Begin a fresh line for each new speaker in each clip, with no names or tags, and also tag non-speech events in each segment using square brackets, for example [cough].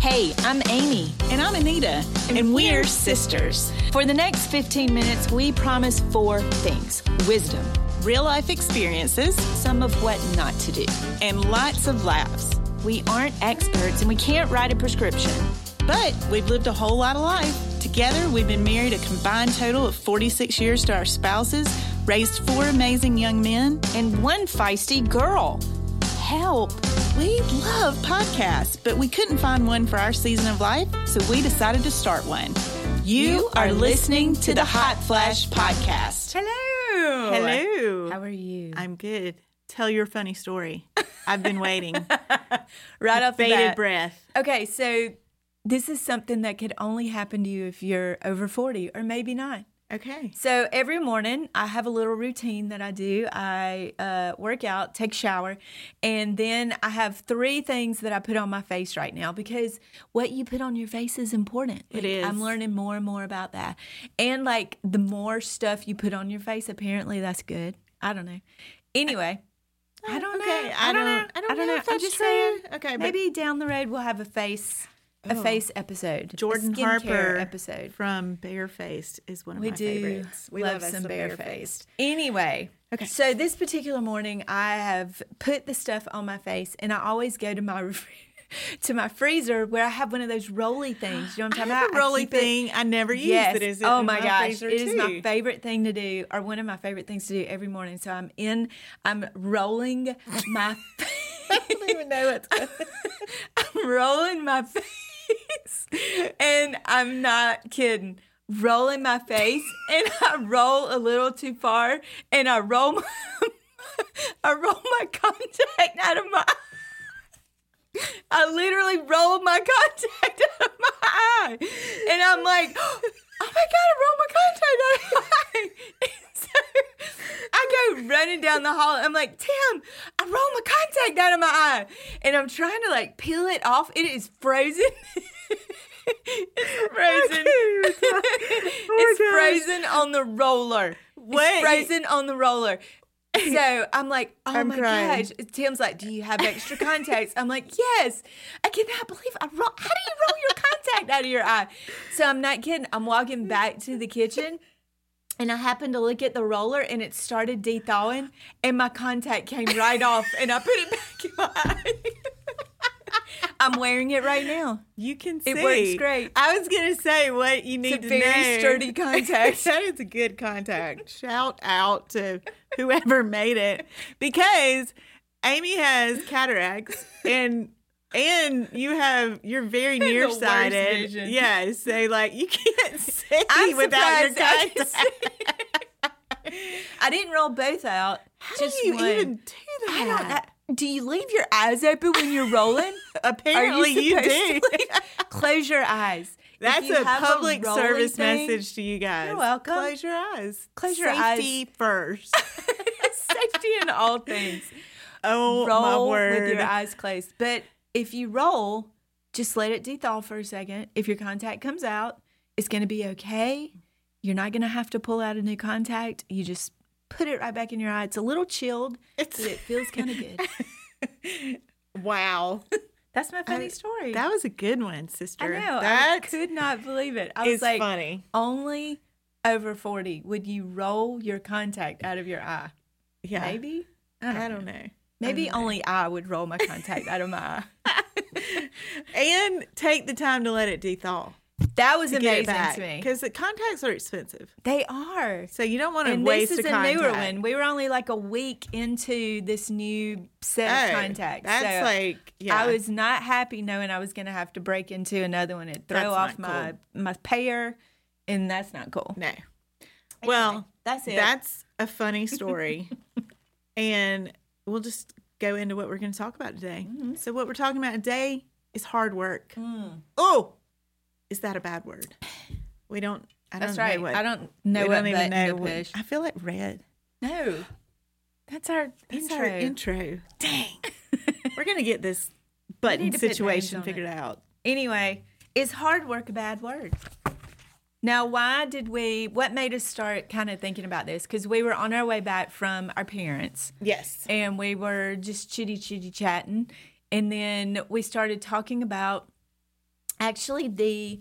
Hey, I'm Amy.
And I'm Anita.
And, we're sisters. For the next 15 minutes, we promise four things wisdom,
Real life experiences
some of what not to do.
and lots of laughs.
We aren't experts and we can't write a prescription.
But we've lived a whole lot of life. Together, we've been married a combined total of 46 years to our spouses, raised four amazing young men.
And one feisty girl. Help.
We love podcasts, but we couldn't find one for our season of life, so we decided to start one. You are listening to the Hot Flash Podcast.
Hello.
Hello.
How are you?
I'm good. Tell your funny story. I've been [laughs] waiting.
right off the
Bated
bat.
breath.
Okay, so this is something that could only happen to you if you're over 40 or maybe not.
Okay.
So every morning I have a little routine that I do. I uh, work out, take shower, and then I have three things that I put on my face right now because what you put on your face is important. It
is.
I'm learning more and more about that. And like the more stuff you put on your face, apparently that's good. I don't know. Anyway, I don't
Oh, okay.
know.
I
know.
don't- I don't know if
I'm
that's
just
true.
saying.
Okay, but- Oh.
maybe down the road we'll have a face, a face episode, a
Jordan
skincare
Harper
episode.
from Barefaced is one of
We
my
do
favorites. We
love,
us
some barefaced. Anyway, okay. So this particular morning, I have put the stuff on my face, and I always go to my [laughs] refri- to my freezer where I have one of those rolly things. You know what
I
I'm talking
have
about?
a rolly
keep it-
thing. I never use
Yes.
it. Is it
oh
in
my, gosh,
freezer
it is my
too?
favorite thing to do, or one of my favorite things to do every morning. So I'm in, I'm rolling my.
[laughs]
[laughs]
I don't even know what's
I'm rolling my face. And I'm not kidding. Rolling my face and I roll a little too far and I roll my I roll my contact out of my I literally rolled my contact out of my eye. And I'm like, [gasps] oh my God, I rolled my contact out of my eye. And so I go running down the hall. I'm like, Tim, I rolled my contact out of my eye. And I'm trying to like peel it off. It is frozen. [laughs] it's frozen. [laughs] it's
gosh.
frozen on the roller.
Wait.
It's frozen on the roller. [laughs] So I'm like, oh
I'm
my
crying.
gosh. Tim's like, do you have extra contacts? I'm like, yes. I cannot believe I roll. How do you roll your contact out of your eye? So I'm not kidding. I'm walking back to the kitchen. And I happened to look at the roller and it started de-thawing and my contact came right off and I put it back in my eye. [laughs] I'm wearing it right now.
You can see.
It works great.
I was going to say what you need
It's a
to
very
know.
sturdy
[laughs]
contact.
that is a good contact. Shout out to whoever made it because Amy has cataracts and and you have you're very
worst
nearsighted.
vision.
Yeah, so like you can't [laughs] see
I'm
without your
surprised [laughs] I
contact.
didn't see. I didn't roll both out.
How
just
do you
one.
even do that?
I don't know. Do you leave your eyes open when you're rolling?
[laughs] Apparently you
supposed
do.
to leave- [laughs] Close your eyes. If
That's
you
a
have
public
rolling
service
thing- [laughs]
message to you guys.
You're welcome.
Close your eyes.
Close your eyes.
Safety
[laughs]
first.
Safety in all things.
Oh [laughs] my
Roll
word.
with your eyes closed. But if you roll, just let it dethaw for a second. If your contact comes out, it's going to be okay. You're not going to have to pull out a new contact. You just put it right back in your eye. It's a little chilled,
It's-
but it feels kind of
[laughs]
good.
Wow.
That's my funny story.
That was a good one, sister.
I know.
That
I could not believe it. I
is
was like,
funny.
only over 40 would you roll your contact out of your eye.
Yeah.
Maybe? I don't
I
know.
don't know.
Maybe only I would roll my contact out of my eye.
And take the time to let it dethaw.
That was
[laughs] to get it
amazing
back.
to me.
Because the contacts are expensive.
They are.
So you don't want to
And
waste
this is a
a contact.
newer one. We were only like a week into this new set
Oh,
of contacts.
That's
so
like yeah.
I was not happy knowing I was going to have to break into another one and throw
That's not
off my my pair, and that's not cool.
no. Well,
that's it.
That's a
[laughs]
funny story. and we'll just go into what we're going to talk about today.
Mm-hmm.
So, what we're talking about today is hard work.
Mm.
Oh, is that a bad word? We don't. I
That's
don't
right.
know what.
I don't know
we
what
don't even
button to
know. what- [laughs]
push.
I feel like red.
No, that's our
That's
intro.
our intro. Dang. we're going to get this
need
button
to put names
situation
on it.
figured out.
[laughs] Anyway, is hard work a bad word? Now, why did we, what made us start kind of thinking about this? Because we were on our way back from our parents
Yes.
and we were just chitty chitty chatting. And then we started talking about actually the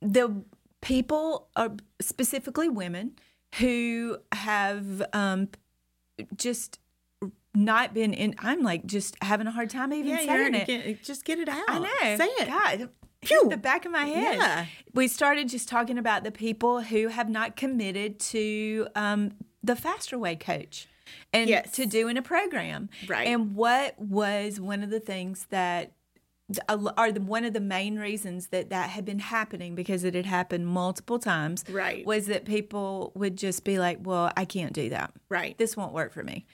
the people are specifically women who have um just not been in i'm like just having a hard time even
Yeah, you're
saying
gonna
it
get, just get it out.
I know.
Say it.
God,
Phew.
hit the back of my head.
Yeah.
We started just talking about the people who have not committed to um, the faster way coach and
Yes.
to doing a program.
Right.
And what was one of the things that are the one of the main reasons that that had been happening because it had happened multiple times
Right.
was that people would just be like well i can't do that
Right.
this won't work for me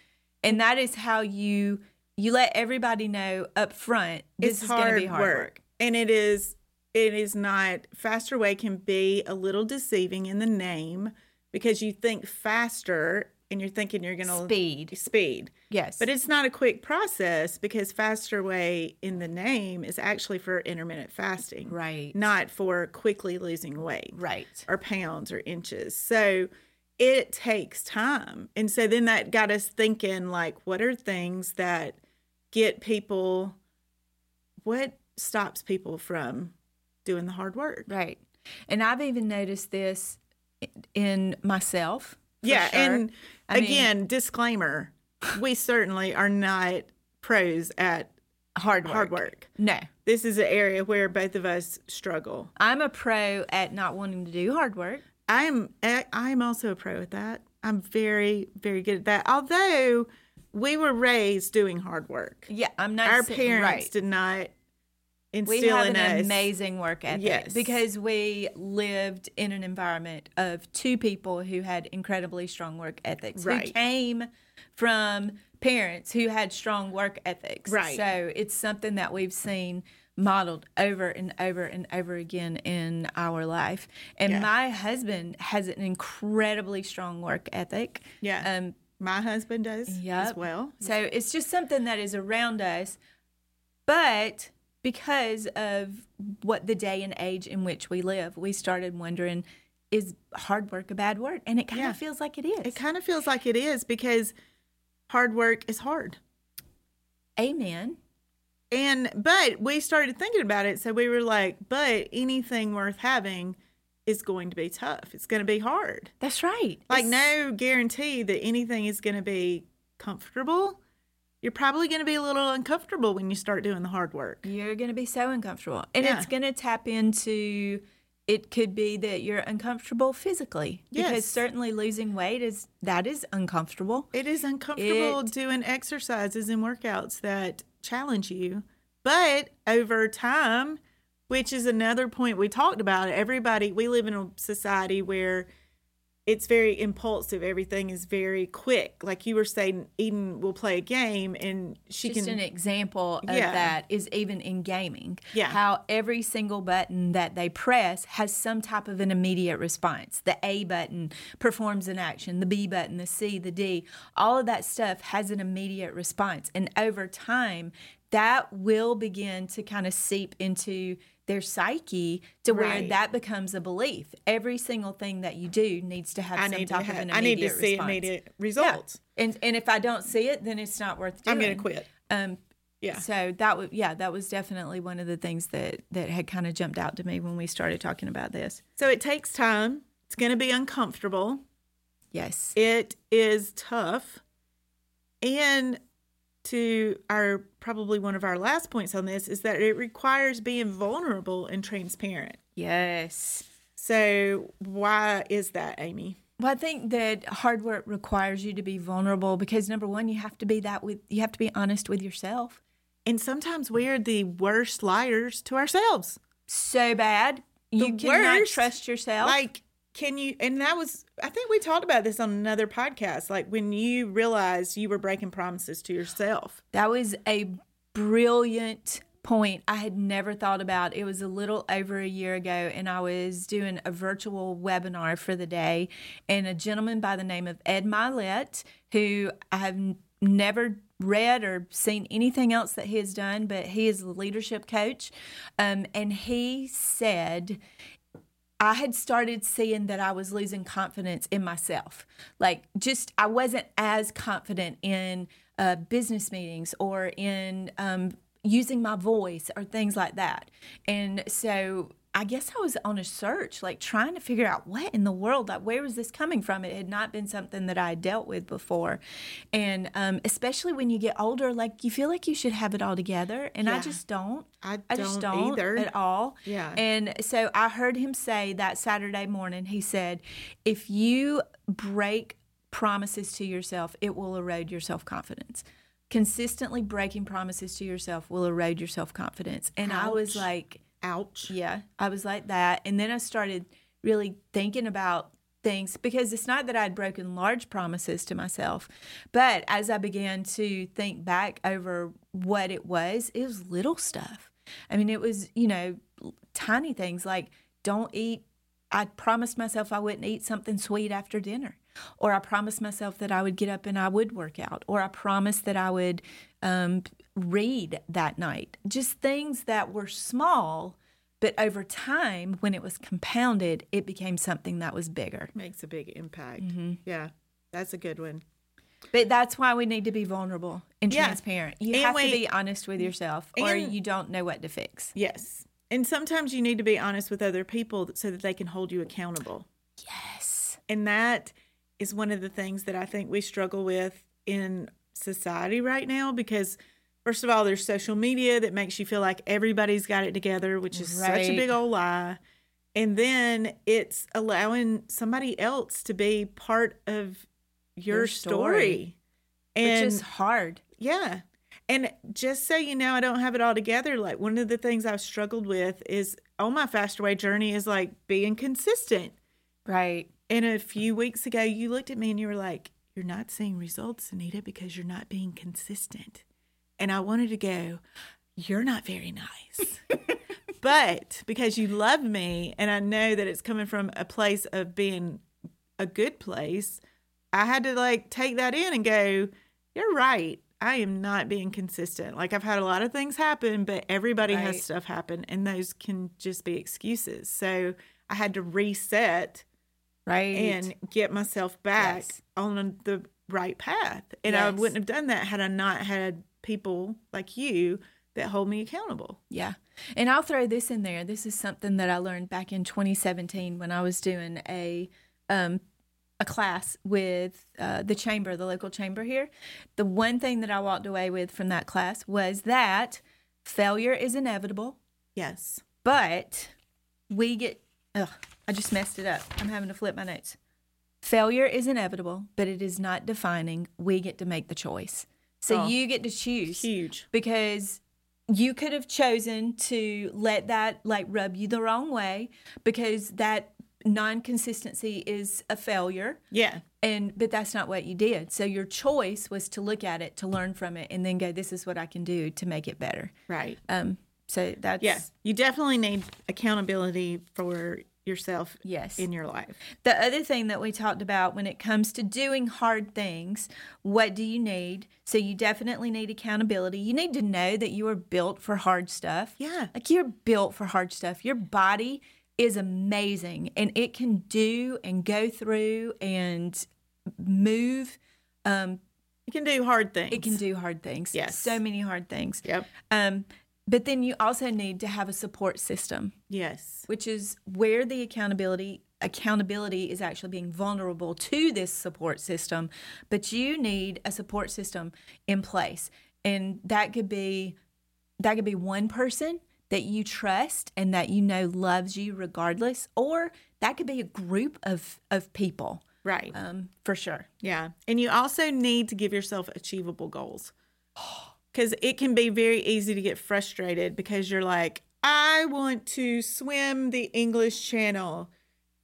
and that is how you you let everybody know up front this
it's
is
hard,
going to be hard
work.
work,
and it is it is not faster way can be a little deceiving in the name because you think faster and you're thinking you're gonna
Speed.
speed
yes
but it's not a quick process because faster way in the name is actually for intermittent fasting
Right.
not for quickly losing weight
right
or pounds or inches. So it takes time. And so then that got us thinking like, what are things that get people, what stops people from doing the hard work?
right and i've even noticed this i- in myself for
yeah.
sure.
And
I mean-
again, disclaimer we certainly are not pros at
hard work.
hard work.
no
This is an area where both of us struggle.
i'm a pro at not wanting to do hard work
I am eh, I am also a pro at that. I'm very very good at that. Although we were raised doing hard work.
yeah i'm not
Our
sa-
parents
right.
did not instill
we have
in
an
us
amazing work ethic
Yes.
because we lived in an environment of two people who had incredibly strong work ethics who
Right.
came from parents who had strong work ethics
Right.
so it's something that we've seen modeled over and over and over again in our life and
Yeah.
my husband has an incredibly strong work ethic
Yeah.
um
my husband does as
Yep.
well.
so it's just something that is around us, but because of what the day and age in which we live, we started wondering is hard work a bad word? And it kind of
Yeah.
feels like it is.
It kind of feels like it is because hard work is hard.
Amen.
And but we started thinking about it, so we were like, but anything worth having is going to be tough. It's going to be hard.
That's right.
like
It's-
no guarantee that anything is going to be comfortable you're probably going to be a little uncomfortable when you start doing the hard work
You're going to be so uncomfortable. And
Yeah.
it's going to tap into it could be that you're uncomfortable physically
Yes.
because certainly losing weight is that is uncomfortable.
it is uncomfortable
It-
doing exercises and workouts that challenge you but over time which is another point we talked about everybody we live in a society where it's very impulsive everything is very quick like you were saying eden will play a game and she
just an
can
example of
Yeah.
that is even in gaming.
Yeah.
How every single button that they press has some type of an immediate response. The A button performs an action, the B button, the C, the D, all of that stuff has an immediate response. And over time, that will begin to kind of seep into their psyche to where
Right.
that becomes a belief. Every single thing that you do needs to have
I
some
need, to
type of
have,
an immediate
I need to see
response.
immediate
Yeah.
results.
And and if I don't see it, then it's not worth doing.
I'm going to quit.
Um,
Yeah.
so that was yeah, that was definitely one of the things that that had kind of jumped out to me when we started talking about this.
So it takes time. It's going to be uncomfortable.
Yes.
It is tough. And to our probably one of our last points on this is that it requires being vulnerable and transparent.
Yes.
So why is that, Amy?
Well, I think that hard work requires you to be vulnerable because number one, you have to be that with you have to be honest with yourself.
And sometimes we are the worst liars to ourselves.
So bad. you cannot
worst,
trust yourself.
Like, can you? And that was, I think we talked about this on another podcast. Like, when you realized you were breaking promises to yourself.
That was a brilliant point I had never thought about. It was a little over a year ago, and I was doing a virtual webinar for the day. And a gentleman by the name of Ed Milet, who I have n- never read or seen anything else that he has done, but he is a leadership coach. Um, and he said, I had started seeing that I was losing confidence in myself. Like, just I wasn't as confident in uh, business meetings or in um, using my voice or things like that. And so I guess I was on a search, like trying to figure out what in the world, like where was this coming from? It had not been something that I had dealt with before. And um, especially when you get older, like you feel like you should have it all together. And I
Yeah.
just don't.
I
just
don't
don't
either.
at all.
Yeah.
And so I heard him say that Saturday morning, he said, if you break promises to yourself, it will erode your self confidence. Consistently breaking promises to yourself will erode your self confidence. And I was
Ouch.
like,
Ouch.
yeah, I was like that. And then I started really thinking about things because it's not that I'd broken large promises to myself, but as I began to think back over what it was, it was little stuff. I mean, it was, you know, tiny things like don't eat. I promised myself I wouldn't eat something sweet after dinner. Or I promised myself that I would get up and I would work out. Or I promised that I would um, read that night. Just things that were small, but over time, when it was compounded, it became something that was bigger.
Makes a big impact. Yeah. That's a good one.
But that's why we need to be vulnerable and
Yeah.
transparent. You
And
have to
wait.
be honest with yourself, or
And-
you don't know what to fix.
Yes. And sometimes you need to be honest with other people so that they can hold you accountable.
Yes.
And that is one of the things that I think we struggle with in society right now because, first of all, there's social media that makes you feel like everybody's got it together, which is such a
Right.
big old lie. And then it's allowing somebody else to be part of your,
Your
story.
story.
And
Which is hard.
yeah. And just so you know, I don't have it all together. Like one of the things I've struggled with is on my faster way journey is like being consistent.
Right.
And a few weeks ago, you looked at me and you were like, You're not seeing results, Anita, because you're not being consistent. And I wanted to go, You're not very nice. but because you love me and I know that it's coming from a place of being a good place, I had to like take that in and go, You're right. I am not being consistent. Like I've had a lot of things happen, but everybody
Right.
has stuff happen and those can just be excuses. So I had to reset
Right.
and get myself back
Yes.
on the right path. And I
Yes.
wouldn't have done that had I not had people like you that hold me accountable.
Yeah. And I'll throw this in there. This is something that I learned back in 2017 when I was doing a um, a class with uh, the chamber, the local chamber here. The one thing that I walked away with from that class was that failure is inevitable,
Yes.
but we get. Ugh, I just messed it up. I'm having to flip my notes. Failure is inevitable, but it is not defining. We get to make the choice. So
Oh,
you get to choose
Huge.
because you could have chosen to let that like rub you the wrong way because that non-consistency is a failure
Yeah.
and but that's not what you did so your choice was to look at it to learn from it and then go this is what i can do to make it better
Right.
um so that's
Yeah. You definitely need accountability for yourself
Yes.
in your life.
The other thing that we talked about when it comes to doing hard things, what do you need? So you definitely need accountability. You need to know that you are built for hard stuff.
Yeah.
Like you're built for hard stuff. Your body is amazing and it can do and go through and move. Um,
You can do hard things.
it can do hard things.
Yes.
So many hard things.
Yep.
Um, but then you also need to have a support system
Yes.
which is where the accountability accountability is actually being vulnerable to this support system but you need a support system in place and that could be that could be one person that you trust and that you know loves you regardless or that could be a group of of people
Right.
um for sure
Yeah. And you also need to give yourself achievable goals [gasps] because it can be very easy to get frustrated because you're like, I want to swim the English Channel.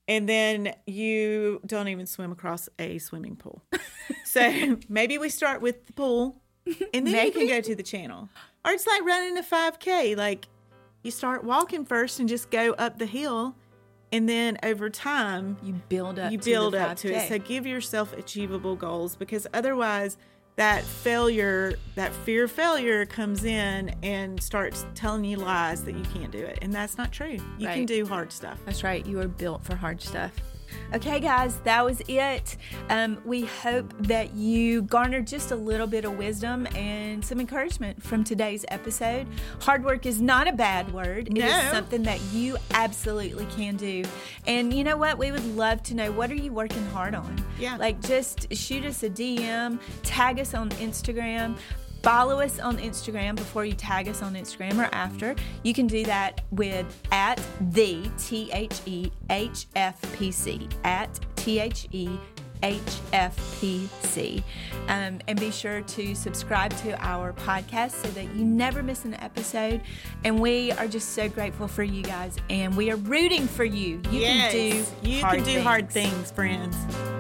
And then you don't even swim across a swimming pool. so maybe we start with the pool and then you can go to the channel. Or it's like running a 5K. Like you start walking first and just go up the hill. And then over time,
you build up
you
to the
build up to
5K.
it. So give yourself achievable goals because otherwise, that failure, that fear of failure comes in and starts telling you lies that you can't do it. And that's not true. You can
Right.
do hard stuff.
That's right. You are built for hard stuff. Okay, guys, that was it. Um, we hope that you garnered just a little bit of wisdom and some encouragement from today's episode. Hard work is not a bad word, it is
No.
something that you absolutely can do. And you know what? We would love to know what are you working hard on?
Yeah.
Like just shoot us a DM, tag us on Instagram. Follow us on Instagram before you tag us on Instagram or after. You can do that with at the T H E H F P C. At T H E H F P C. Um, and be sure to subscribe to our podcast so that you never miss an episode. And we are just so grateful for you guys and we are rooting for you. You
yes.
can do
you
hard
can do hard things, friends.